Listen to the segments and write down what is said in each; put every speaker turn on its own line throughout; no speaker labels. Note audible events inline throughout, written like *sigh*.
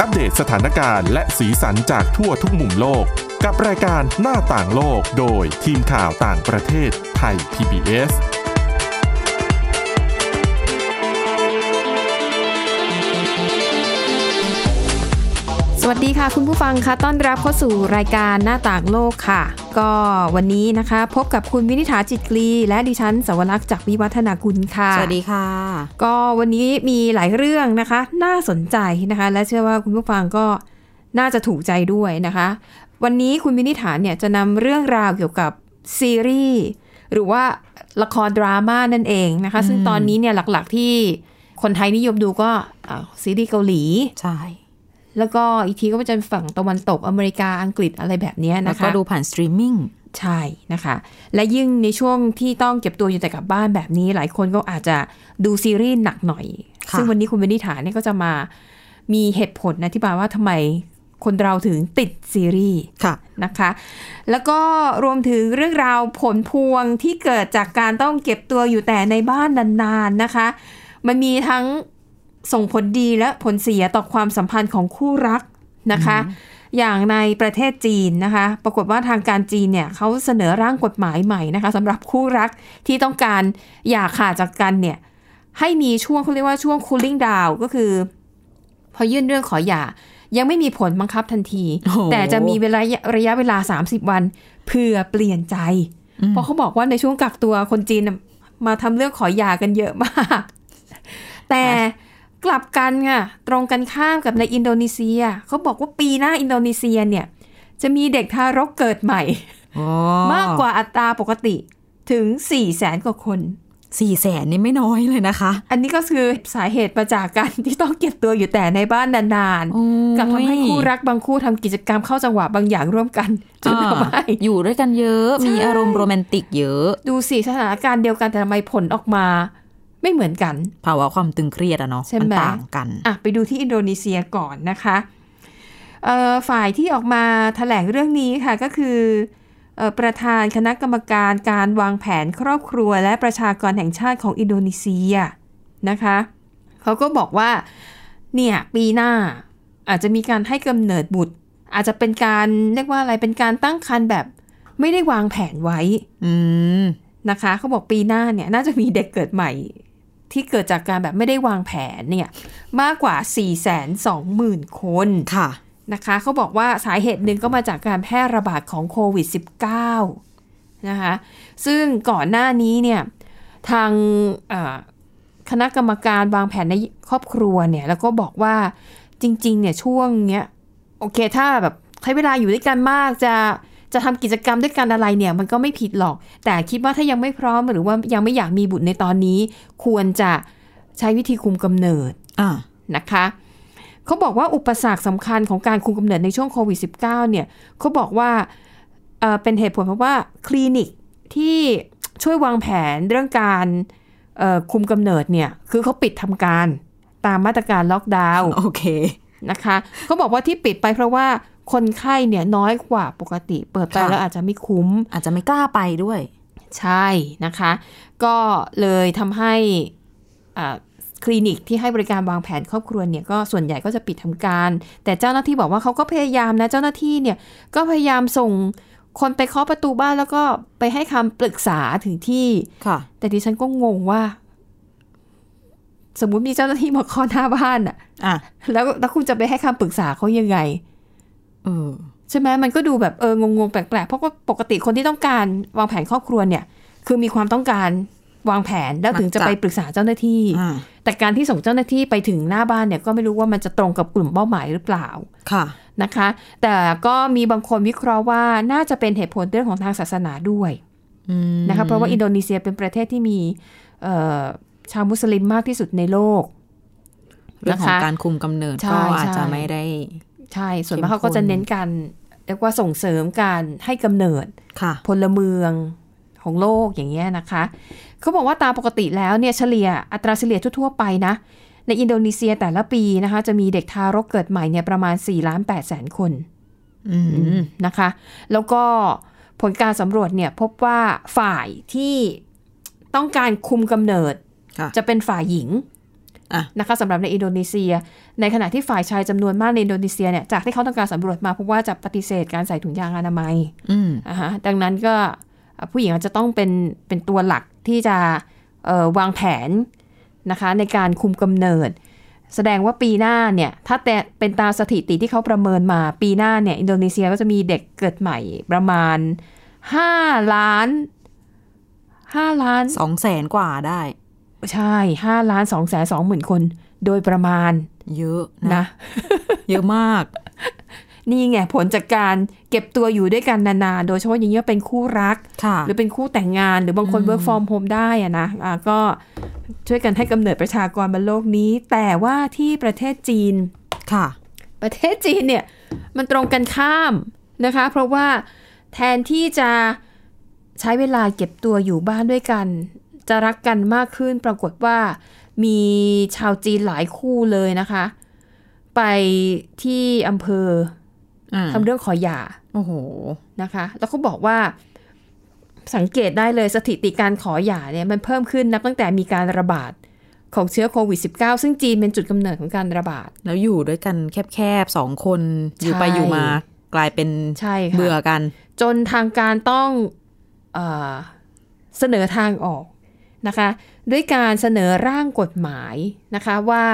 อัปเดตสถานการณ์และสีสันจากทั่วทุกมุมโลก กับรายการหน้าต่างโลกโดยทีมข่าวต่างประเทศไทย PBS
สวัสดีค่ะ คุณผู้ฟังคะต้อนรับเข้าสู่รายการหน้าต่างโลกค่ะ ก็วันนี้นะคะ พบกับคุณวินิษฐาจิตกรี และดิฉันสวรักษ์จากวิวัฒนากุลค่ะ
สวัสดีค่ะ
ก็วันนี้มีหลายเรื่องนะคะ น่าสนใจนะคะ และเชื่อว่าคุณผู้ฟังก็น่าจะถูกใจด้วยนะคะ วันนี้คุณมินิฐานเนี่ยจะนำเรื่องราวเกี่ยวกับซีรีส์หรือว่าละครดราม่านั่นเองนะคะ ซึ่งตอนนี้เนี่ยหลักๆที่คนไทยนิยมดูก็อ่าซีรีส์เกาหลี
ใช่
แล้วก็อีกทีก็จะเป็นฝั่งตะวันตกอเมริกาอังกฤษอะไรแบบเนี้ย
แล้ว
นะคะ
ก็ดูผ่านสตรีมมิ่ง
ใช่นะคะ และยิ่งในช่วงที่ต้องเก็บตัวอยู่แต่กับบ้านแบบนี้ หลายคนก็อาจจะดูซีรีส์หนักหน่อย
ค่ะ
ซึ่งวันนี้คุณวินิษฐาเนี่ยก็จะมามีเหตุผลนะที่บายว่าทำไมคนเราถึงติดซีรีส์
ค่ะ
นะคะ แล้วก็รวมถึงเรื่องราวผลพวงที่เกิดจากการต้องเก็บตัวอยู่แต่ในบ้านนานๆนะคะ มันมีทั้งส่งผลดีและผลเสียต่อความสัมพันธ์ของคู่รักนะคะ อย่างในประเทศจีนนะคะ ปรากฏว่าทางการจีนเนี่ยเขาเสนอร่างกฎหมายใหม่นะคะสำหรับคู่รักที่ต้องการอย่าขาดจากกันเนี่ยให้มีช่วงเขาเรียกว่าช่วง cooling down ก็คือ พอยื่นเรื่องขอหย่า ยังไม่มีผลบังคับทันที
โอ้โห
แต่จะมีเวลาระยะเวลา 30 วันเพื่อเปลี่ยนใจ เพราะเขาบอกว่าในช่วงกักตัวคนจีนน่ะมาทำเรื่องขอหย่ากันเยอะมาก *laughs* แต่กลับกันค่ะตรงกันข้ามกับในอินโดนีเซีย เขาบอกว่าปีหน้าอินโดนีเซียเนี่ยจะมีเด็กทารกเกิดใหม่ มากกว่าอัตราปกติถึง 4 0 0แสนกว่าคน
สี่แสนนี่ไม่น้อยเลยนะคะ
อันนี้ก็คือสาเหตุมาจากการ ที่ต้องเก็บตัวอยู่แต่ในบ้านนาน
โอ้
ๆ
ย
กลับทำให้คู่รักบางคู่ทำกิจกรรมเข้าจังหวะบางอย่างร่วมกันจน
อ่า
ทำให้
อยู่ด้วยกันเยอะ มีอารมณ์โรแมนติกเยอะ
ดูสิสถานการณ์เดียวกันแต่ทำไมผลออกมาไม่เหมือนกัน
ภาวะความตึงเครียดอะเนาะ
ใช่ไหม
มันต่างกัน
อ่ะไปดูที่อินโดนีเซียก่อนนะคะเอ่อฝ่ายที่ออกมาแถลงเรื่องนี้ค่ะก็คือเอ่อประธานคณะกรรมการการวางแผนครอบครัว และประชากรแห่งชาติของอินโดนีเซียนะคะเขาก็บอกว่าเนี่ยปีหน้าอาจจะมีการให้กำเนิดบุตร อาจจะเป็นการเรียกว่าอะไรเป็นการตั้งครรภ์แบบไม่ได้วางแผนไว้
อืม
นะคะเขาบอกปีหน้าเนี่ยน่าจะมีเด็กเกิดใหม่ ที่เกิดจากการแบบไม่ได้วางแผนเนี่ยมากกว่า 4 2 0 0 0 0 คน
ค่ะ
นะคะเขาบอกว่าสาเหตุหนึ่งก็มาจากการแพร่ระบาดของโควิด -19 นะคะซึ่งก่อนหน้านี้เนี่ยทางเอ่อคณะกรรมการวางแผนในครอบครัวเนี่ยแล้วก็บอกว่าจริงๆเนี่ยช่วงเนี้ยโอเคถ้าแบบใช้เวลาอยู่ด้วยกันมากจะ จะทำกิจกรรมด้วยกันอะไรเนี่ยมันก็ไม่ผิดหรอก แต่คิดว่าถ้ายังไม่พร้อมหรือว่ายังไม่อยากมีบุตรในตอนนี้ ควรจะใช้วิธีคุมกำเนิด
อ่า
นะคะเขาบอกว่าอุปสรรคสำคัญของการคุมกำเนิดในช่วงโควิด -19 เนี่ยเขาบอกว่าเอ่อเป็นเหตุผลเพราะว่าคลินิกที่ช่วยวางแผนเรื่องการเอ่อคุมกำเนิดเนี่ยคือเขาปิดทำการตามมาตรการล็อกดาวน์
โอเค
นะคะเขาบอกว่าที่ปิดไปเพราะว่าคนไข้เนี่ยน้อยกว่าปกติ เปิดไป
ค่ะ
แล้วอาจจะไม่คุ้ม
อาจจะไม่กล้าไปด้วย
ใช่นะคะ ก็เลยทำให้อ่าคลินิกที่ให้บริการวางแผนครอบครัวเนี่ยก็ส่วนใหญ่ก็จะปิดทำการ แต่เจ้าหน้าที่บอกว่าเขาก็พยายามนะเจ้าหน้าที่เนี่ยก็พยายามส่งคนไปเคาะประตูบ้านแล้วก็ไปให้คำปรึกษาถึงที่
ค่ะ
แต่ดิฉันก็งงว่า สมมุติมีเจ้าหน้าที่มาเคาะหน้าบ้านอะ
อ่ะ
แล้วแล้วคุณจะไปให้คำปรึกษาเขายังไง
เออ
ใช่ไหมมันก็ดูแบบเอองงๆแปลกๆ เพราะว่าปกติคนที่ต้องการวางแผนครอบครัวเนี่ย คือมีความต้องการวางแผนแล้วถึงจะ
มันจะ
ไปปรึกษาเจ้าหน้าที่
อ่า
แต่การที่ส่งเจ้าหน้าที่ไปถึงหน้าบ้านเนี่ยก็ไม่รู้ว่ามันจะตรงกับกลุ่มเป้าหมายหรือเปล่า
ค่ะ
นะคะ แต่ก็มีบางคนวิเคราะห์ว่าน่าจะเป็นเหตุผลเรื่องของทางศาสนาด้วย
อืม
นะคะเพราะว่าอินโดนีเซียเป็นประเทศที่มีเอ่อชาวมุสลิมมากที่สุดในโลก
เรื่อง
นะ
ของ
คะ
การคุมกำเนิด
ใช่
ก็อาจจะ
ใช่
ไม่ได้
ใช่ส่วนมาก
เข้มข้น
เขาก็จะเน้นการเรียกว่าส่งเสริมการให้กำเนิด
ค่ะ
พลเมืองของโลกอย่างเงี้ยนะคะ เขาบอกว่าตามปกติแล้วเนี่ยเฉลี่ยอัตราเฉลี่ยทั่วๆไปนะ ในอินโดนีเซียแต่ละปีนะคะจะมีเด็กทารกเกิดใหม่เนี่ยประมาณ4ล้าน8แสนคน
อืม
นะคะ แล้วก็ผลการสำรวจเนี่ยพบว่าฝ่ายที่ต้องการคุมกำเนิด
ค่ะ
จะเป็นฝ่ายหญิง
อ่ะ
นะคะสำหรับในอินโดนีเซีย ในขณะที่ฝ่ายชายจำนวนมากในอินโดนีเซียเนี่ยจากที่เขาทำการสำรวจมาพบว่าจะปฏิเสธการใส่ถุงยางอนามัย
อืม
อ่าฮะดังนั้นก็เอ่อผู้หญิงอาจจะต้องเป็นเป็นตัวหลักที่จะเอ่อวางแผนนะคะในการคุมกำเนิด แสดงว่าปีหน้าเนี่ยถ้าแต่เป็นตามสถิติที่เขาประเมินมาปีหน้าเนี่ยอินโดนีเซียก็จะมีเด็กเกิดใหม่ประมาณ 5 ล้าน 5 ล้าน
สองแสนกว่าได้
ใช่ 5 ล้าน2แสน2หมื่นคน โดยประมาณ
เยอะ
นะ
นะ เยอะมาก
นี่ไงผลจากการเก็บตัวอยู่ด้วยกันนานๆโดยเฉพาะอย่างเงี้ยเป็นคู่รัก
ค่ะ
หรือเป็นคู่แต่งงานหรือบางคน work from home ได้อะนะอ่าก็ช่วยกันให้กำเนิดประชากรบนโลกนี้ แต่ว่าที่ประเทศจีน
ค่ะ
ประเทศจีนเนี่ยมันตรงกันข้ามนะคะ เพราะว่าแทนที่จะใช้เวลาเก็บตัวอยู่บ้านด้วยกัน จะรักกันมากขึ้นปรากฏว่ามีชาวจีนหลายคู่เลยนะคะ ไปที่อำเภอ
อ่า
ทำเรื่องขอหย่า
โอ้โห
นะคะแล้วเขาบอกว่าสังเกตได้เลยสถิติการขอหย่าเนี่ยมันเพิ่มขึ้นนับตั้งแต่มีการระบาดของเชื้อโควิด -19 ซึ่งจีนเป็นจุดกำเนิดของการระบาด
แล้วอยู่ด้วยกันแคบๆสองคนอยู่ไป
ใช่
อยู่มากลายเป็น
ใช่ค่ะ
เบื่อกัน
จนทางการต้องเออเสนอทางออกนะคะด้วยการเสนอร่างกฎหมายนะคะว่า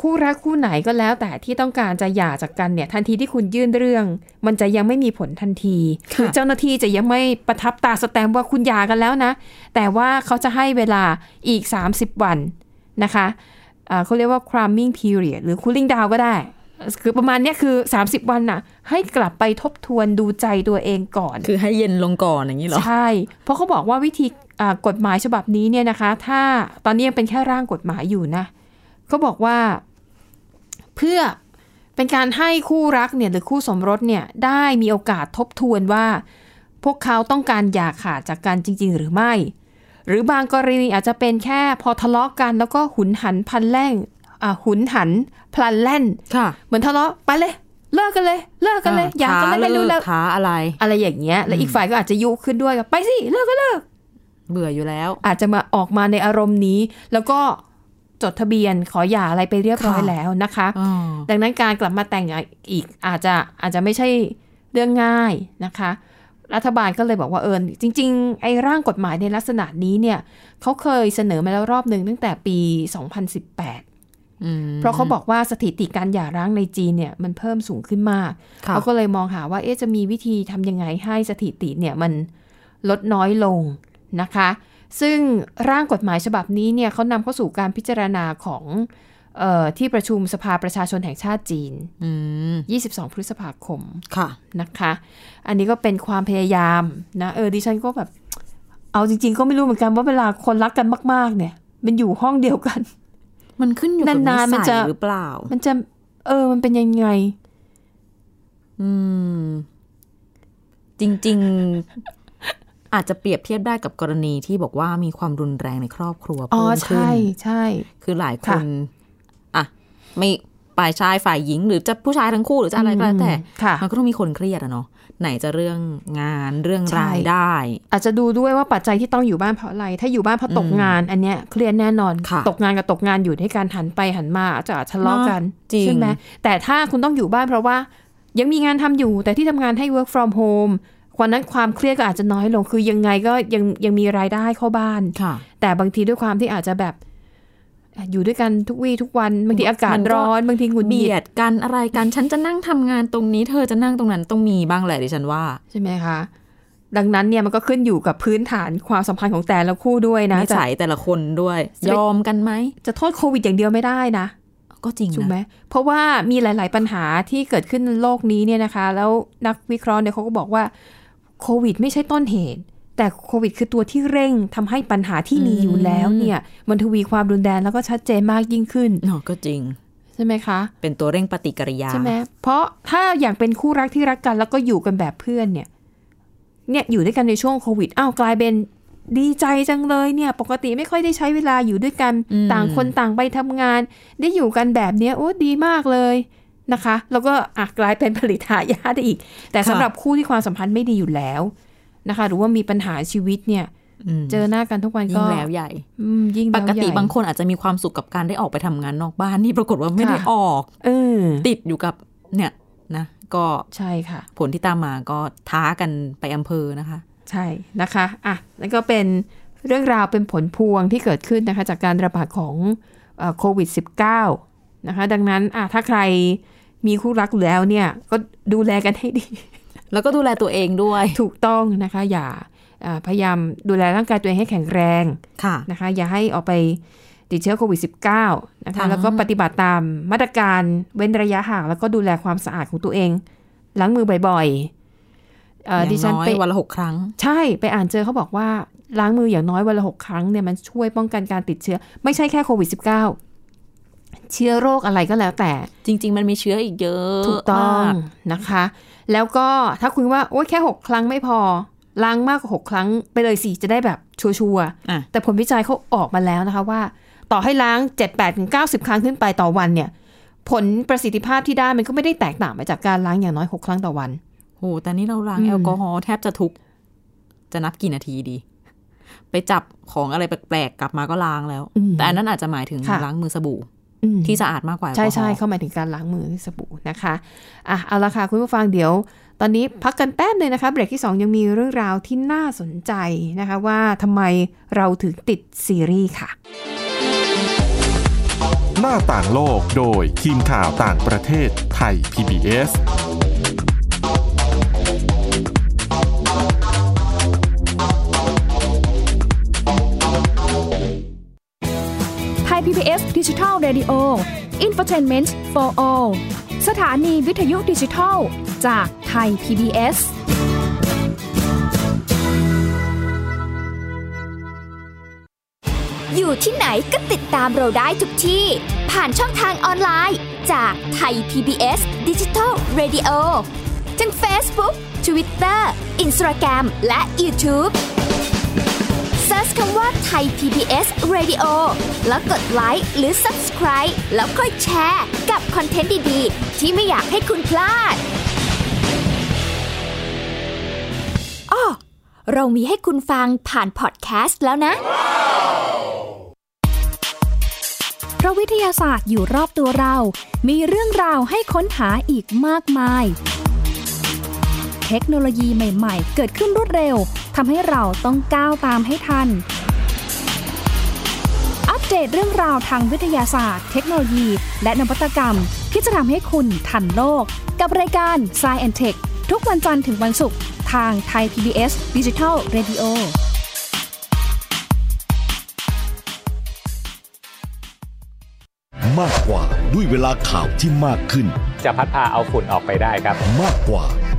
คู่รักคู่ไหนก็แล้ว แต่ที่ต้องการจะหย่าจากกันเนี่ยทันทีที่คุณยื่นเรื่อง มันจะยังไม่มีผลทันที
ค่ะ
เจ้าหน้าที่จะยังไม่ประทับตราสแตมป์ว่าคุณหย่ากันแล้วนะ แต่ว่าเขาจะให้เวลาอีก 30 วันนะคะเอ่อเขาเรียกว่า cramming period หรือ cooling down ก็ได้ คือประมาณเนี้ยคือ 30 วันน่ะ ให้กลับไปทบทวนดูใจตัวเองก่อน
คือให้เย็นลงก่อนอย่างนี้เหรอ
ใช่ เพราะเขาบอกว่าวิธีอ่ากฎหมายฉบับนี้เนี่ยนะคะ ถ้าตอนนี้ยังเป็นแค่ร่างกฎหมายอยู่นะเขาบอกว่าเพื่อเป็นการให้คู่รักเนี่ยหรือคู่สมรสเนี่ยได้มีโอกาสทบทวนว่า พวกเขาต้องการหย่าขาดจากกันจริง ๆ หรือไม่ หรือบางกรณีอาจจะเป็นแค่พอทะเลาะกัน แล้วก็หุนหันพลันแล่งอ่าหุนหันพลันแล่น
ค่ะ
เหมือนทะเลาะไปเลย เลิกกันเลย เลิกกันเลย
อ่ะ
หย่ากันเลย
ท้
ไม่รู้แล้ว
ท้าอะไร
อะไรอย่างเงี้ย แล้วอีกฝ่ายก็อาจจะยุขึ้นด้วยกับไปสิเลิกก็เลิก
เบื่ออยู่แล้ว
อาจจะมาออกมาในอารมณ์นี้ แล้วก็จดทะเบียนขอหย่าอะไรไปเรียบร้อย
ค่ะ
แล้วนะคะ
อ๋อ
ดังนั้นการกลับมาแต่งงานอีกอาจจะอาจจะไม่ใช่เรื่องง่ายนะคะ รัฐบาลก็เลยบอกว่าเออจริง ๆ ไอ้ร่างกฎหมายในลักษณะนี้เนี่ยเขาเคยเสนอมาแล้วรอบหนึ่งตั้งแต่ปี 2018
อืม
เพราะเขาบอกว่าสถิติการหย่าร้างในจีนเนี่ยมันเพิ่มสูงขึ้นมาก
ค่ะ
เขาก็เลยมองหาว่าเอ๊ะจะมีวิธีทำยังไงให้สถิติเนี่ยมันลดน้อยลงนะคะ ซึ่งร่างกฎหมายฉบับนี้เนี่ยเขานำเข้าสู่การพิจารณาของเออที่ประชุมสภาประชาชนแห่งชาติจีน
อืม
22 พฤษภาคม
ค่ะ
นะคะ อันนี้ก็เป็นความพยายามนะ เออ ดิฉันก็แบบ เอาจริง ๆ ก็ไม่รู้เหมือนกันว่าเวลาคนรักกันมาก ๆ เนี่ย มันอยู่ห้องเดียวกัน
มันขึ้นอยู่กับนิ
นานๆมัน
สั
จะ
ยหรือเปล่า
มันจะ เออ มันเป็นยังไง
อืม จริง ๆ อาจจะเปรียบเทียบได้กับกรณีที่บอกว่ามีความรุนแรงในครอบครัว
อ๋อ
เพิ่ม
ใช่
ขึ้น
ใช่
คือหลายค
ค่ะ
น อ่ะ ไม่ฝ่ายชายฝ่ายหญิง หรือจะผู้ชายทั้งคู่หรือจะอะไรก็แล้วแต่
อืมค่ะ
มันก็ต้องมีคนเครียดอะเนาะ ไหนจะเรื่องงานเรื่อง
ใช่
รายได้
อาจจะดูด้วยว่าปัจจัยที่ต้องอยู่บ้านเพราะอะไร ถ้าอยู่บ้านเพราะตกงาน อันเนี้ยเครียดแน่นอน
ค่ะ
ตกงานกับตกงานอยู่ด้วยการหันไปหันมาอาจจะทะเลาะกัน
จริง
ใช่ไหมแต่ถ้าคุณต้องอยู่บ้านเพราะว่ายังมีงานทำอยู่แต่ที่ทำงานให้ work from home วันนั้นความเครียดก็อาจจะน้อยลงคือยังไงก็ยังยังมีรายได้เข้าบ้าน
ค่ะ
แต่บางทีด้วยความที่อาจจะแบบอยู่ด้วยกันทุกวี่ทุกวันบางทีอากาศ
มันก็
ร้อนบางทีหงุดหงิ
เบีย
ด
ดกันอะไรกัน ฉันจะนั่งทำงานตรงนี้ เธอจะนั่งตรงนั้นต้องมีบ้างแหละดิฉันว่า
ใช่ไหมคะดังนั้นเนี่ยมันก็ขึ้นอยู่กับพื้นฐานความสัมพันธ์ของแต่ละคู่ด้วยนะ
นิ
จะ
สัยแต่ละคนด้วย
จะไป
ยอมกันไหม
จะโทษโควิดอย่างเดียวไม่ได้นะ
ก็จริง
ถูกไหม
นะ
เพราะว่ามีหลาย ๆ ปัญหาที่เกิดขึ้นในโลกนี้เนี่ยนะคะ แล้วนักวิเคราะห์เนี่ยเขาก็บอกว่าโควิดไม่ใช่ต้นเหตุ แต่โควิดคือตัวที่เร่งทำให้ปัญหาที่มีอยู่แล้วเนี่ย มันทวีความรุนแรงแล้วก็ชัดเจนมากยิ่งขึ้น
เนาะก็จริง
ใช่ไหมคะ
เป็นตัวเร่งปฏิกิริยา
ใช่ไหมเพราะถ้าอย่างเป็นคู่รักที่รักกัน แล้วก็อยู่กันแบบเพื่อนเนี่ย เนี่ยอยู่ด้วยกันในช่วงโควิด อ้าวกลายเป็นดีใจจังเลยเนี่ย ปกติไม่ค่อยได้ใช้เวลาอยู่ด้วยกัน
อืม
ต่างคนต่างไปทำงาน ได้อยู่กันแบบเนี้ยโอ้ดีมากเลยนะคะ แล้วก็อาจกลายเป็นผลิตหายาได้อีก แต่สำหรับคู่ที่ความสัมพันธ์ไม่ดีอยู่แล้วนะคะ หรือว่ามีปัญหาชีวิตเนี่ย
ม
เจอหน้ากันทุกวัน
ยิ่
ก็
งแล้วใหญ่
อืมยิ่ง
ป
แล้ว
กติ
ใหญ่
บางคนอาจจะมีความสุขกับการได้ออกไปทำงานนอกบ้านนี่ปรากฏว่าไม่ได้
ค่ะ
ออก
เออ
ติดอยู่กับเนี่ยนะก็
ใช่ค่ะ
ผลที่ตามมาก็ท้ากันไปอำเภอนะคะ
ใช่นะคะอ่ะนั่นก็เป็นเรื่องราวเป็นผลพวงที่เกิดขึ้นนะคะจากการระบาดของเอ่อโควิด -19 นะคะ ดังนั้นอ่ะถ้าใครมีคู่รักอยู่แล้วเนี่ย ก็ดูแลกันให้ดี *laughs*
แล้วก็ดูแลตัวเองด้วย
ถูกต้องนะคะ อย่าอ่าพยายามดูแลร่างกายตัวเองให้แข็งแรง
ค่ะ
นะคะ อย่าให้ออกไปติดเชื้อโควิด -19 นะ
ทั้
คะ
ง
แล้วก็ปฏิบัติตามมาตรการเว้นระยะห่าง แล้วก็ดูแลความสะอาดของตัวเอง ล้างมือบ่อยๆเอ่อ
อย่าง
ดิฉัน
น้อย
ไป
วันละหกครั้ง
ใช่ไปอ่านเจอเขาบอกว่าล้างมืออย่างน้อยวันละหกครั้งเนี่ยมันช่วยป้องกันการติดเชื้อ ไม่ใช่แค่โควิด -19 เชื้อโรคอะไรก็แล้วแต่
จริง ๆ มันมีเชื้ออีกเยอะ
ถูกต้อง
มาก
นะคะ แล้วก็ถ้าคุณว่าโอ้ยแค่ 6 ครั้งไม่พอ ล้างมากกว่าหกครั้งไปเลยสิ จะได้แบบชัวร์
อ่ะ
ๆแต่ผลวิจัยเขาออกมาแล้วนะคะว่า ต่อให้ล้าง 7 8ถึง90 ครั้งขึ้นไปต่อวันเนี่ย ผลประสิทธิภาพที่ได้มันก็ไม่ได้แตกต่างไปจากการล้างอย่างน้อยหกครั้งต่อวัน
โหแต่นี่เราล้าง
อืม
แอลกอฮอล์แทบจะทุก จะนับกี่นาทีดี ไปจับของอะไรแปลกๆ กลับมาก็ล้างแล้ว
อืม
แต่อันนั้นอาจจะหมายถึง
ค่ะ
ล้างมือสบู่
อืม
ที่สะอาดมากกว่าแอลกอ
ใช่
ฮอล์
ใช่เข้าหมายถึงการล้างมือด้วยสบู่นะคะอ่ะเอาละค่ะคุณผู้ฟังเดี๋ยว ตอนนี้พักกันแป๊บหนึ่งนะคะ เบรกที่ 2 ยังมีเรื่องราวที่น่าสนใจนะคะ ว่าทำไมเราถึงติดซีรีส์ค่ะ
หน้าต่างโลกโดยทีมข่าวต่างประเทศไทย PBS
ไทย PBS Digital Radio Infotainment for All สถานีวิทยุดิจิทัลจากไทย PBS
อยู่ที่ไหนก็ติดตามเราได้ทุกที่ ผ่านช่องทางออนไลน์ จากไทย PBS Digital Radio ทั้ง Facebook Twitter Instagram และ YouTube Search คำว่าไทย PBS Radio แล้วกดไลค์หรือ Subscribe แล้วค่อยแชร์ กับคอนเทนต์ดี ๆ ที่ไม่อยากให้คุณพลาดอ้อเรามีให้คุณฟังผ่านพอดแคสต์แล้วนะ
เพราะวิทยาศาสตร์อยู่รอบตัวเรา มีเรื่องราวให้ค้นหาอีกมากมาย เทคโนโลยีใหม่ ๆ เกิดขึ้นรวดเร็ว ทำให้เราต้องก้าวตามให้ทัน อัปเดตเรื่องราวทางวิทยาศาสตร์ เทคโนโลยี และนวัตกรรม ที่จะทำให้คุณทันโลก กับรายการ s c i e n t e c h ทุกวันจันทร์ถึงวันศุกร์ทางไทย PBS Digital Radio
มากกว่าด้วยเวลาข่าวที่มากขึ้น
จะพัดพาเอาฝุ่นออกไปได้ครับ
มากกว่า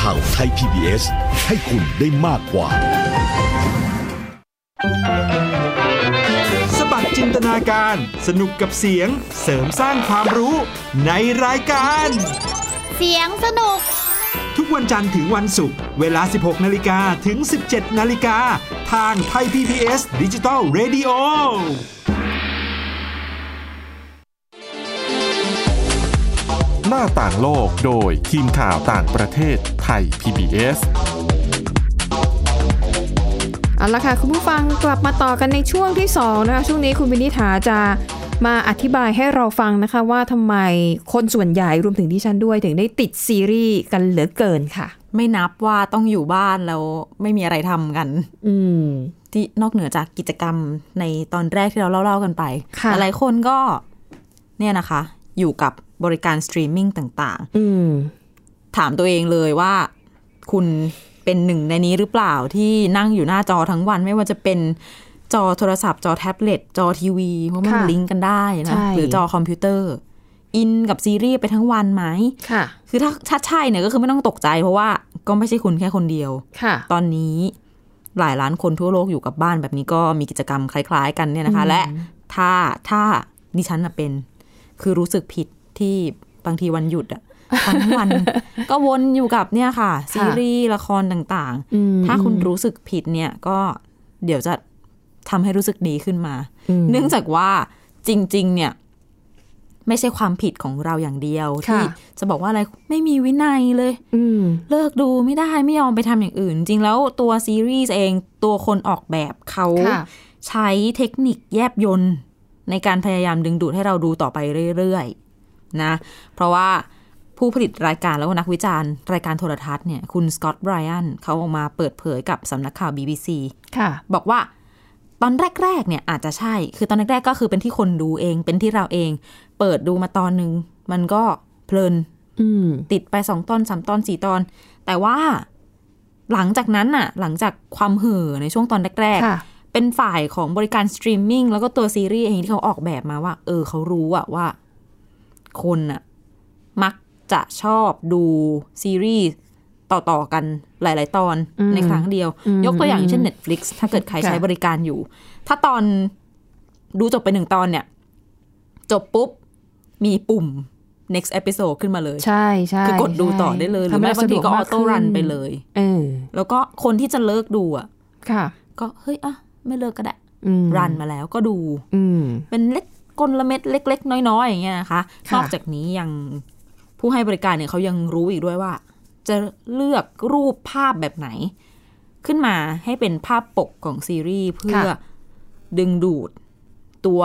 ข่าวไทย PBS ให้คุณได้มากกว่า
สบัดจินตนาการ สนุกกับเสียง เสริมสร้างความรู้ในรายการ
เสียงสนุก
ทุกวันจันทร์ถึงวันศุกร์เวลา 16 นาฬิกาถึง 17 นาฬิกา ทางไทย PPS ดิจิตอล Radio
หน้าต่างโลกโดยทีมข่าวต่างประเทศไทย PBS
เอาละค่ะ คุณผู้ฟังกลับมาต่อกันในช่วงที่2นะคะช่วงนี้คุณวินิษฐาจะมาอธิบายให้เราฟังนะคะ ว่าทำไมคนส่วนใหญ่รวมถึงดิฉันด้วยถึงได้ติดซีรีส์กันเหลือเกินค่ะ
ไม่นับว่าต้องอยู่บ้านแล้วไม่มีอะไรทำกัน
อืม
ที่นอกเหนือจากกิจกรรมในตอนแรกที่เราเล่า ๆ กันไป
ค่ะ
แต่หลายคนก็เนี่ยนะคะ อยู่กับบริการสตรีมมิ่งต่าง
อืม
ๆ ถามตัวเองเลยว่าคุณเป็นหนึ่งในนี้หรือเปล่าที่นั่งอยู่หน้าจอทั้งวัน ไม่ว่าจะเป็นจอโทรศัพท์ จอแท็บเล็ตจอทีวีเพราะมัน
ค่ะ
ลิงก์กันได้นะ
ใช่
หรือจอคอมพิวเตอร์ อินกับซีรีส์ไปทั้งวันไหม
ค่ะ
คือถ้าชัดใช่เนี่ยก็คือไม่ต้องตกใจเพราะว่าก็ไม่ใช่คุณแค่คนเดียว
ค่ะ
ตอนนี้หลายล้านคนทั่วโลกอยู่กับบ้านแบบนี้ก็มีกิจกรรมคล้าย ๆ กันเนี่ยนะคะ และไ ถ้าถ้าดิฉันน่ะเป็น คือรู้สึกผิดที่บางทีวันหยุด
*laughs*
อะทั้งวัน ก็วนอยู่กับเนี่ยค่ะ ซีรีส์ละครต่าง
อืม
ๆ ถ้าคุณ
อืม
รู้สึกผิดเนี่ยก็เดี๋ยวจะทำให้รู้สึกดีขึ้นมา
อืม
เนื่องจากว่าจริง ๆ เนี่ย ไม่ใช่ความผิดของเราอย่างเดียว
ค่ะ
ที่จะบอกว่าอะไรไม่มีวินัยเลย
อืม
เลิกดูไม่ได้ไม่ยอมไปทำอย่างอื่น จริงแล้วตัวซีรีส์เองตัวคนออกแบบเขา
ค่ะ
ใช้เทคนิคแยบยนต์ในการพยายามดึงดูดให้เราดูต่อไปเรื่อยๆนะ เพราะว่าผู้ผลิตรายการแล้วก็นักวิจารณ์ รายการโทรทัศน์เนี่ยคุณสกอตต์ไบรอันเขาออกมาเปิดเผยกับสำนักข่าว BBC
ค่ะ
บอกว่าตอนแรกๆเนี่ยอาจจะใช่ คือตอนแรกๆก็คือเป็นที่คนดูเอง เป็นที่เราเอง เปิดดูมาตอนหนึ่งมันก็เพลิน
อืม
ติดไปสองตอนสามตอนสี่ตอน แต่ว่าหลังจากนั้นน่ะ หลังจากความเห่อในช่วงตอนแรก
ค่ะ
ๆ เป็นฝ่ายของบริการสตรีมมิ่งแล้วก็ตัวซีรีส์เองที่เขาออกแบบมาว่า เออเขารู้อะว่า คนน่ะ มักจะชอบดูซีรีส์ต่อ ๆ กันหลาย ๆ ตอน
อืม
ในครั้งเดียว
อืม
ยกตัวอย่าง
อืม
เช่น Netflix ถ้าเกิดใครใช้
ค่ะ
บริการอยู่ ถ้าตอนดูจบไปหนึ่งตอนเนี่ย จบปุ๊บ มีปุ่ม next episode ขึ้นมาเลย
ใช่ใช่
คือกดดูต่อ
ใช่
ได้เลยหรื
ทำ
อ
ให้
ไม่
เร
บางทีก็
สะดว
ออ
ม
โต้
ขึ้
รันไปเลย
เออ
แล้วก็คนที่จะเลิกดูอ่ะ
ค่ะ
ก็เฮ้ยอ่ะไม่เลิกก็ได้
อืม
รันมาแล้วก็ดู
อืม
เป็นเล็กกลเม็ดเล็ก ๆ น้อยๆอย่างเงี้ยนะคะ
ค่ะ
นอกจากนี้ยังผู้ให้บริการเนี่ยเขายังรู้อีกด้วยว่า จะเลือกรูปภาพแบบไหน ขึ้นมาให้เป็นภาพปกของซีรีส์เพื่อดึงดูดตัว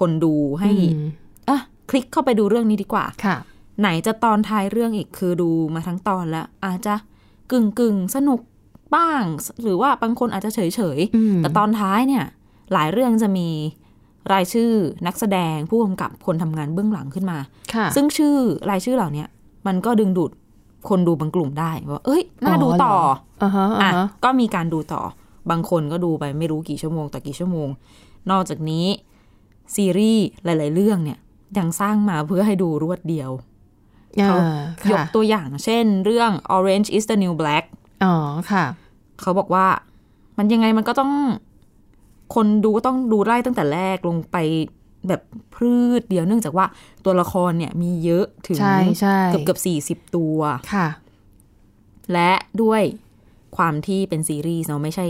คนดูให้
อืม
อ่ะคลิกเข้าไปดูเรื่องนี้ดีกว่า
ค่ะ
ไหนจะตอนท้ายเรื่องอีกคือดูมาทั้งตอนแล้ว อาจจะกึ่งกึ่งๆสนุกบ้าง หรือว่าบางคนอาจจะเฉยเฉยๆ
อืม
แต่ตอนท้ายเนี่ย หลายเรื่องจะมีรายชื่อนักแสดงผู้กำกับคนทำงานเบื้องหลังขึ้นมา
ค่ะ
ซึ่งชื่อรายชื่อเหล่าเนี้ยมันก็ดึงดูดคนดูบางกลุ่มได้ว่า เอ้ยน่าดูต่ออ
อ่าฮะอ่า
อ่ะ
ฮะ
ก็มีการดูต่อบางคนก็ดูไปไม่รู้กี่ชั่วโมงต่อกี่ชั่วโมง นอกจากนี้ ซีรีส์หลาย ๆ เรื่องเนี่ยยังสร้างมาเพื่อให้ดูรวดเดียว
อ่า
เขา ย
ค่ะ
กตัวอย่างเช่นเรื่อง Orange is the New Black
อ๋อค่ะ
เขาบอกว่ามันยังไงมันก็ต้องคนดูก็ต้องดูไล่ตั้งแต่แรกลงไปแบบพืชเดียวเนื่องจากว่าตัวละครเนี่ยมีเยอะถึง
ใช่ใช่
เกือบเกือบสี่สิบตัว
ค่ะ
และด้วยความที่เป็นซีรีส์เนาะไม่ใช่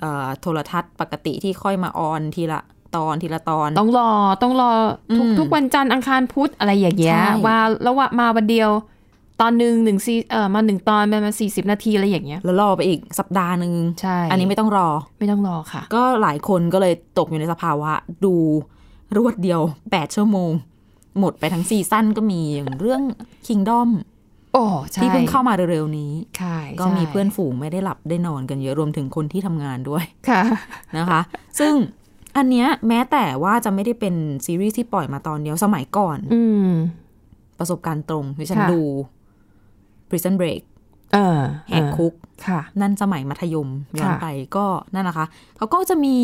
เอ่อโทรทัศน์ปกติที่ค่อยมาออนทีละตอนทีละตอน
ต้องรอต้องรอทุก
อืม
ทุกวันจันทร์อังคารพุธอะไรอย่างเงี้ย
ใช่
ว่าแล้วว่ามาวันเดียว ตอนหนึ่งหนึ่งซีเออมาหนึ่งตอนประมาณสี่สิบนาทีอะไรอย่างเงี้ย
แล้วรอไปอีกสัปดาห์หนึ่ง
ใช่
อันนี้ไม่ต้องรอ
ไม่ต้องรอค่ะ
ก็หลายคนก็เลยตกอยู่ในสภาวะดูรวดเดียว 8 ชั่วโมง หมดไปทั้งซีซั่นก็มีอย่างเรื่อง Kingdom
โอ้ใช่
ที่เพิ่งเข้ามาเร็วๆนี้
ใช่
ก็มีเพื่อนฝูงไม่ได้หลับได้นอนกันเยอะรวมถึงคนที่ทำงานด้วย
ค่ะ
นะคะ ซึ่งอันเนี้ยแม้แต่ว่าจะไม่ได้เป็นซีรีส์ที่ปล่อยมาตอนเดียวสมัยก่อน
อืม
ประสบการณ์ตรงที่ฉัน
ค่ะ
ดู Prison Break
เออ
แหกคุก
ค่ะ
นั่นสมัยมัธยมย้อน
ค่ะ
ไปก็นั่นนะคะ เขาก็จะมี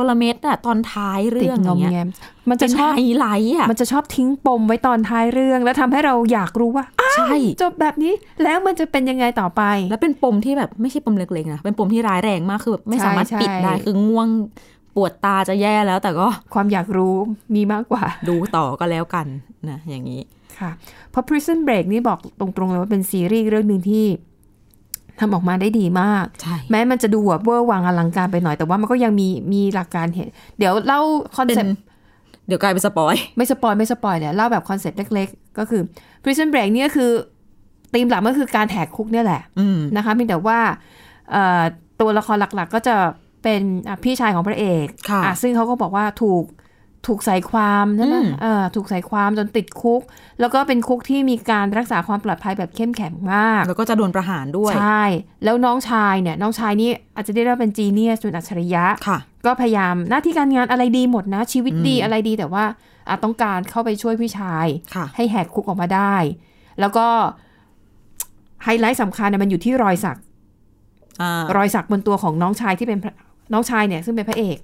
กลเม็ดอะตอนท้าย
ติด
เรื่อง
ง
อ
อม
ย่างเงี้
แง
ย
มมัน
เป็
จะ
น
ชอบ
ไฮไลท์อะ
มันจะชอบทิ้งปมไว้ตอนท้ายเรื่องแล้วทำให้เราอยากรู้ว่าอ้าว
ใช่
จบแบบนี้แล้วมันจะเป็นยังไงต่อไป
แล้วเป็นปมที่แบบไม่ใช่ปมเล็กๆนะเป็นปมที่ร้ายแรงมากคือแบบไม่
ใช่
สามารถ
ใช่
ปิดได้คือง่วงปวดตาจะแย่แล้ว แต่
*laughs*
ก็
ความอยากรู้มีมากกว่า
ดูต่อก็แล้วกันนะอย่างนี้
ค่ะเพราะ Prison Break นี่บอกตรงๆเลยว่าเป็นซีรีส์เรื่องหนึ่งที่ทำออกมาได้ดีมาก
ใช่
แม้มันจะดูแบบเวอร์วังอลังการไปหน่อยแต่ว่ามันก็ยังมีมีหลักการเห็น เดี๋ยวเล่าคอน
เป็
เซ็ป
น
ต์
เดี๋ยวกลายเป็นสปอย
ไม่สปอยไม่สปอยเนี่ยวเล่าแบบคอนเซ็ปต์เล็กๆ ก็คือ Prison Break นี่ก็คือธีมหลักมันก็คือการแหกคุกเนี่ยแหละ
อืม
นะคะเพียงแต่ว่าเอ่อตัวละครหลักๆ ก็จะเป็นอ่ะพี่ชายของพระเอก
ค่ะ
อ่ะซึ่งเขาก็บอกว่าถูกถูกใส่ความใช่ไหมเออถูกใส่ความจนติดคุก แล้วก็เป็นคุกที่มีการรักษาความปลอดภัยแบบเข้มแข็งมาก
แล้วก็จะโดนประหารด้วย
ใช่ แล้วน้องชายเนี่ย น้องชายนี่อาจจะได้รับเป็นจีเนียสเป็นอัจฉริยะ
ค่ะ
ก็พยายามหน้าที่การงานอะไรดีหมดนะ ชีวิตดีอะไรดีแต่ว่าอาจต้องการเข้าไปช่วยพี่ชาย
ค่ะ
ให้แหกคุกออกมาได้ แล้วก็ไฮไลท์สำคัญนะมันอยู่ที่รอยสัก
อ่าร
อยสักบนตัวของน้องชายที่เป็นพระน้องชายเนี่ยซึ่งเป็นพระเอก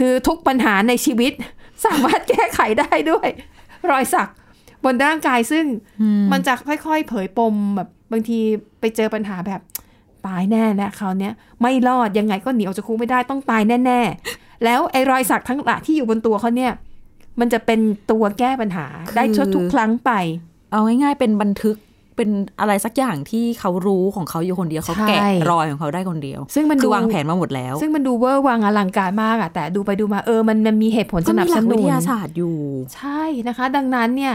คือทุกปัญหาในชีวิต *laughs* สามารถแก้ไขได้ด้วย รอยสักบนร่างกายซึ่งมันจะค่อยๆ เผยปมแบบบางทีไปเจอปัญหาแบบตายแน่และคราวเนี้ยไม่รอดยังไงก็หนีออกจากคุกไม่ได้ต้องตายแน่ แล้วไอ้รอยสักทั้งหลายที่อยู่บนตัวเขาเนี่ย มันจะเป็นตัวแก้ปัญหา
คือ
ได้ชดทุกครั้งไป
เอาง่ายๆเป็นบันทึกเป็นอะไรสักอย่างที่เขารู้ของเขาอยู่คนเดียวเขา
ใช่
แกะรอยของเขาได้คนเดียว
ซึ่งมัน
คื
ดู
อวางแผนมาหมดแล้ว
ซึ่งมันดูเวอร์วังอลังการมากอะแต่ดูไปดูมาเออมันมันมีเหตุผลสนับส
ก็มีหลัก
นุ
วิ
น
ทยาศาสตร์อยู่
ใช่นะคะ ดังนั้นเนี่ย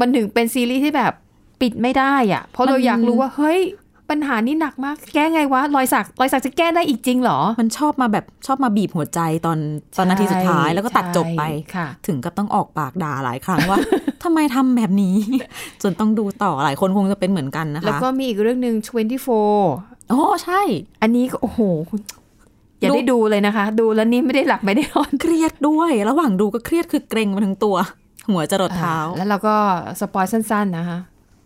มันถึงเป็นซีรีส์ที่แบบปิดไม่ได้อะเพราะ
มัน
เราอยากรู้ว่า เฮ้ย ปัญหานี้หนักมาก แก้ไงวะ รอยสัก รอยสักจะแก้ได้อีกจริงเหรอ
มันชอบมาแบบชอบมาบีบหัวใจตอนตอนนาทีสุดท้ายแล้วก็ตัดจบไป
ใช่ค่ะ
ถึงกับต้องออกปากด่าหลายครั้งว่า *laughs* ทำไมทำแบบนี้ *laughs* จนต้องดูต่อหลายคนคงจะเป็นเหมือนกันนะ
แล้ว
คะ
ก็มีอีกเรื่องหนึ่ง24
โอ้ใช่
อันนี้ก็โอ้โหคุณอย่าได้ดูเลยนะคะ ดูแล้วนี่ไม่ได้หลับไม่ได้นอน
เครียดด้วย ระหว่างดูก็เครียดคือเกรงมาทั้งตัว *laughs* หัวจะรดเท้า
แล้วเราก็สปอยสั้น ๆ นะคะ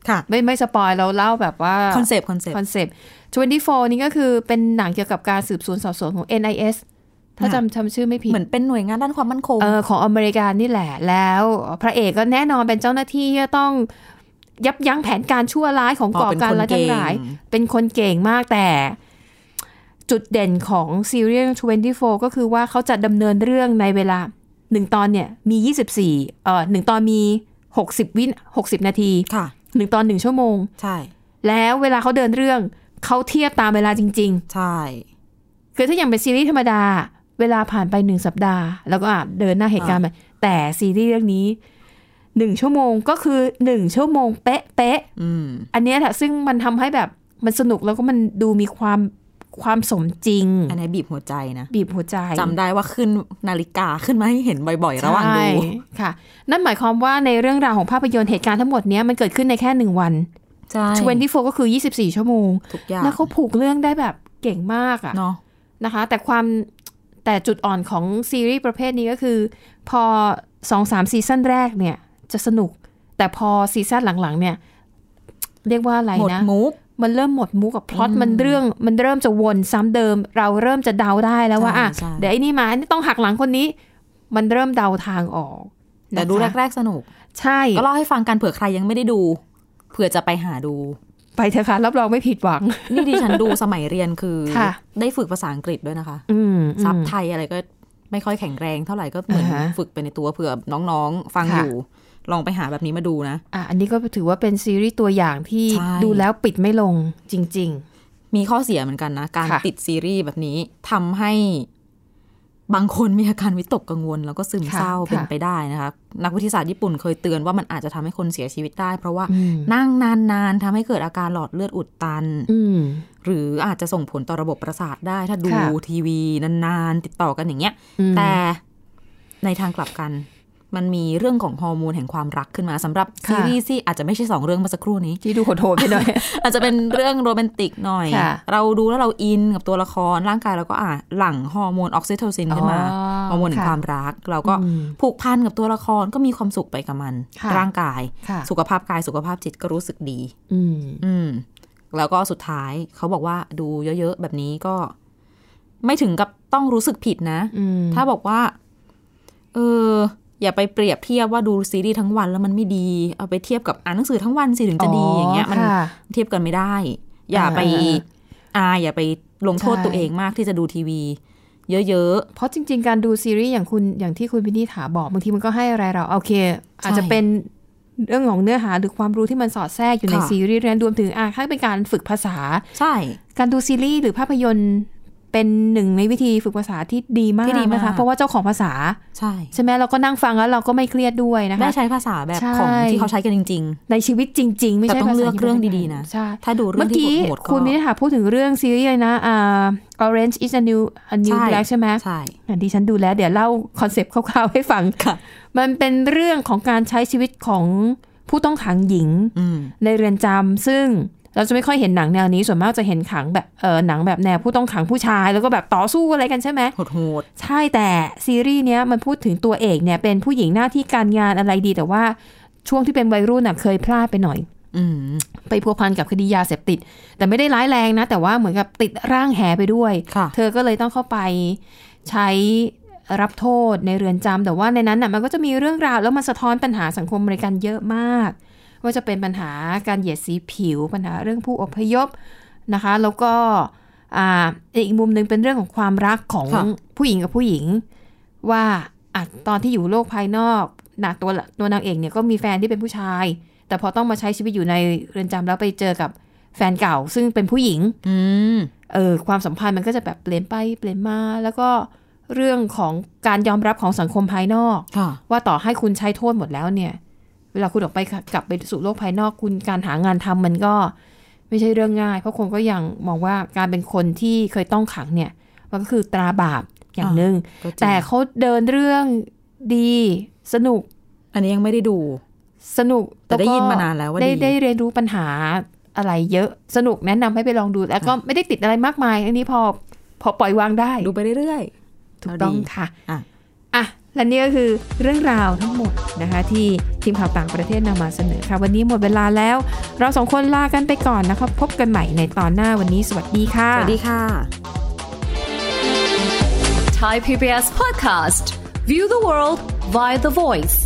ค่ะ
ไม่ไม่สปอยเราเล่าแบบว่า
คอนเซปต์คอนเซปต์
คอนเซปต์24 นี่ก็คือเป็นหนังเกี่ยวกับการสืบสวนสอบสวนของ NIS ถ้า
ค่ะ
จำจำชื่อไม่ผิด
เหมือนเป็นหน่วยงานด้านความมั่นคง
เออของอเมริกันนี่แหละ แล้วพระเอกก็แน่นอนเป็นเจ้าหน้าที่ที่จะต้องยับยั้งแผนการชั่วร้ายของ
อ๋อ
ก่อการ
เป็นคน
ร้ายทั้งหลาย
เก่ง
เป็นคนเก่งมากแต่ จุดเด่นของซีรีส์24 ก็คือว่าเขาจะดำเนินเรื่องในเวลาหนึ่งตอนเนี่ยมี 24เอ่อหนึ่งตอนมี 60 วิน60 นาที
ค่ะ
หนึ่งตอนหนึ่งชั่วโมง
ใช่
แล้วเวลาเขาเดินเรื่องเขาเทียบตามเวลาจริง ๆ
ใช่
คือถ้าอย่างเป็นซีรีส์ธรรมดา เวลาผ่านไปหนึ่งสัปดาห์ แล้วก็อ่ะเดินหน้าเหตุการณ์ไปแต่ซีรีส์เรื่องนี้หนึ่งชั่วโมงก็คือหนึ่งชั่วโมงเป๊ะเป๊ะ
อืม
ๆอันเนี้ยแหละซึ่งมันทำให้แบบมันสนุกแล้วก็มันดูมีความความสมจริง
อันนี้บีบหัวใจนะ
บีบหัวใจ
จำได้ว่าขึ้นนาฬิกาขึ้นมาให้เห็นบ่อยๆ ระหว่างดู
ใช่ค่ะ นั่นหมายความว่าในเรื่องราวของภาพยนตร์เหตุการณ์ทั้งหมดเนี้ยมันเกิดขึ้นในแค่หนึ่งวัน
ใช่
24ก็คือ 24 ชั่วโมง
ทุกอย่าง
แล้วเขาผูกเรื่องได้แบบเก่งมากอะ
เนาะ
นะคะแต่ความแต่จุดอ่อนของซีรีส์ประเภทนี้ก็คือ พอสองสามซีซั่นแรกเนี่ยจะสนุก แต่พอซีซั่นหลังๆ เนี่ย เรียกว่าอะไร
หมด
นะ
มุก
มันเริ่มหมดมุกกับพล็อต
อืม
มันเรื่องมันเริ่มจะวนซ้ำเดิม เราเริ่มจะเดาได้แล้วว่า
ใช่
อ่ะ
ใช่
เดี๋ยวไอ้นี่มาอันนี้ต้องหักหลังคนนี้ มันเริ่มเดาทางออก
แต่ดู
นะคะ
แรกๆสนุก
ใช่
ก็เล่าให้ฟังกันเผื่อใครยังไม่ได้ดู เผื่อจะไปหาดู
ไปเถอะค่ะรับรองไม่ผิดหวัง
นี่ดิฉันดูสมัยเรียนคือ
ค่ะ
ได้ฝึกภาษาอังกฤษด้วยนะคะ
อืม
ซับไทยอะไรก็ไม่ค่อยแข็งแรงเท่าไหร่ก็เหมือน
อ่าฮะ
ฝึกไปในตัวเผื่อน้องๆ ฟัง
ค่ะ
อยู่ ลองไปหาแบบนี้มาดูนะ
อ่ะอันนี้ก็ถือว่าเป็นซีรีส์ตัวอย่างที่
ใช่
ดูแล้วปิดไม่ลงจริง
มีข้อเสียเหมือนกันนะ การ
ค่ะ
ติดซีรีส์แบบนี้ทำให้บางคนมีอาการวิตกกังวล แล้วก็ซึมเศร้าเป็นไปได้นะคะ นักวิทยาศาสตร์ญี่ปุ่นเคยเตือนว่ามันอาจจะทำให้คนเสียชีวิตได้ เพราะว่า
ๆ อืม
นั่งนานๆทำให้เกิดอาการหลอดเลือดอุดตัน
อืม
หรืออาจจะส่งผลต่อระบบประสาทได้ ถ้าดู
ค่ะ
ทีวีนานๆ ติดต่อกันอย่างเงี้ย
อืม
แต่ในทางกลับกัน มันมีเรื่องของฮอร์โมนแห่งความรักขึ้นมาสำหรับ
ค่ะ
ซีรีส์ที่อาจจะไม่ใช่สองเรื่องเมื่อสักครู่นี้
ที่ดูโหดๆไปหน่อย
อาจจะเป็นเรื่องโรแมนติกหน่อย
ค่ะ
เราดูแล้วเราอินกับตัวละครร่างกายเราก็อ่ะหลั่งฮอร์โมนออกซิโทซินขึ้นมา ฮอร์โมนแห่งความรัก เราก็
อืม
ผูกพันกับตัวละครก็มีความสุขไปกับมัน
ค่ะ
ร่างกาย
ค่ะ
สุขภาพกายสุขภาพจิตก็รู้สึกดี
อืม
อืม แล้วก็สุดท้ายเขาบอกว่าดูเยอะๆ แบบนี้ก็ ไม่ถึงกับต้องรู้สึกผิดนะ
อืม
ถ้าบอกว่า เออ อย่าไปเปรียบเทียบว่าดูซีรีส์ทั้งวันแล้วมันไม่ดี เอาไปเทียบกับอ่านหนังสือทั้งวันสิถึงจะดี
อ๋ออ
อย่างเงี้ย มัน
ค่ะ
เทียบกันไม่ได้ อย่าไป
อ่า
อายอย่าไปลงโทษ
ใช่
ตัวเองมากที่จะดูทีวี เยอะ
เพราะจริง ๆ การดูซีรีส์อย่างคุณอย่างที่คุณพินิถาบอกบางทีมันก็ให้อะไรเรา โอเค อาจจะเป็นเรื่องของเนื้อหาหรือความรู้ที่มันสอดแทรกอยู่ใน
ค่ะ
ซีรีส์เรียนรวมถึงอ่ะถ้าเป็นการฝึกภาษา
ๆ ใช่
การดูซีรีส์หรือภาพยนตร์เป็นหนึ่งในวิธีฝึกภาษาที่ดีมาก
ที่ดีมาก
นะคะ เพราะว่าเจ้าของภาษา
ใช่
ใช่ไหมเราก็นั่งฟังแล้วเราก็ไม่เครียดด้วยนะคะ
ได้ใช้ภาษาแบบของ
ใช่
ที่เขาใช้กันจริง
ในชีวิตจริง ๆ ไม่ใช่
แต่ต้อง
ภาษา
เลือก
ที่
เรื่อง
พัฒนา
ดีๆนะ
ใช่
ๆ ถ้าดูเรื่
เมื่
อง
อ
ที่
กี้
โหดๆก็
คุณมิถาพูดถึงเรื่องซีรีส์เลยนะอ่า Orange is a new a new
ใช่
black ใช่ไหม
ใช่
อันที่ฉันดูแล้ว เดี๋ยวเล่าคอนเซปต์คร่าวๆให้ฟัง
ค่ะ
มันเป็นเรื่องของการใช้ชีวิตของผู้ต้องขังหญิง
อืม
ในเรือนจำซึ่งเราจะไม่ค่อยเห็นหนังแนวนี้ ส่วนมากจะเห็นขังแบบเออหนังแบบแนวผู้ต้องขังผู้ชาย แล้วก็แบบต่อสู้อะไรกันใช่ไหม
โหดโหด
ใช่แต่ซีรีส์เนี้ยมันพูดถึงตัวเอกเนี่ยเป็นผู้หญิงหน้าที่การงานอะไรดี แต่ว่าช่วงที่เป็นวัยรุ่นน่ะเคยพลาดไปหน่อย
ๆอืม
ไปพัวพันกับคดียาเสพติด แต่ไม่ได้ร้ายแรงนะ แต่ว่าเหมือนกับติดร่างแหไปด้วย
ค่ะ
เธอก็เลยต้องเข้าไปใช้รับโทษในเรือนจำแต่ว่าในนั้นน่ะมันก็จะมีเรื่องราว แล้วมันสะท้อนปัญหาสังคมอเมริกันเยอะมากว่าจะเป็นปัญหาการเหยียดสีผิว ปัญหาเรื่องผู้อพยพนะคะ แล้วก็ อ่าอีกมุมหนึ่งเป็นเรื่องของความรักของ
ค่ะ
ผู้หญิงกับผู้หญิง ว่าอะตอนที่อยู่โลกภายนอกนะตัวตัวนางเอกเนี่ยก็มีแฟนที่เป็นผู้ชาย แต่พอต้องมาใช้ชีวิตอยู่ในเรือนจำแล้วไปเจอกับแฟนเก่า ซึ่งเป็นผู้หญิง
อืม
เออความสัมพันธ์มันก็จะแบบเปลี่ยนไปเปลี่ยนมา แล้วก็เรื่องของการยอมรับของสังคมภายนอก
ค่ะ
ว่าต่อให้คุณใช้โทษหมดแล้วเนี่ย เวลาคุณออกไปกลับไปสู่โลกภายนอกคุณการหางานทำมันก็ไม่ใช่เรื่องง่าย เพราะคนก็ยังมองว่าการเป็นคนที่เคยต้องขังเนี่ย มันก็คือตราบาปอย่างหนึ่ง
ก็จริง
แต่เขาเดินเรื่องดีสนุก
อันนี้ยังไม่ได้ดู
สนุก
แต่ได้
ล้วก็
ยินมานานแล้วว่า
ได้
ดี
ได้เรียนรู้ปัญหาอะไรเยอะสนุกแนะนำให้ไปลองดูแล้วก็ไม่ได้ติดอะไรมากมาย อันนี้พอพอปล่อยวางได้
ดูไปเรื่อย
ถูกต้อง
เอาดี
ค่ะ
อ่ะ
อ่ะและนี่ก็คือเรื่องราวทั้งหมดนะคะ ที่ทีมข่าวต่างประเทศนำมาเสนอค่ะ วันนี้หมดเวลาแล้ว เราสองคนลากันไปก่อนนะคะพบกันใหม่ในตอนหน้าวันนี้สวัสดีค่ะ
ๆ สวัสดีค่ะ
Thai PBS podcast. View the world via the voice.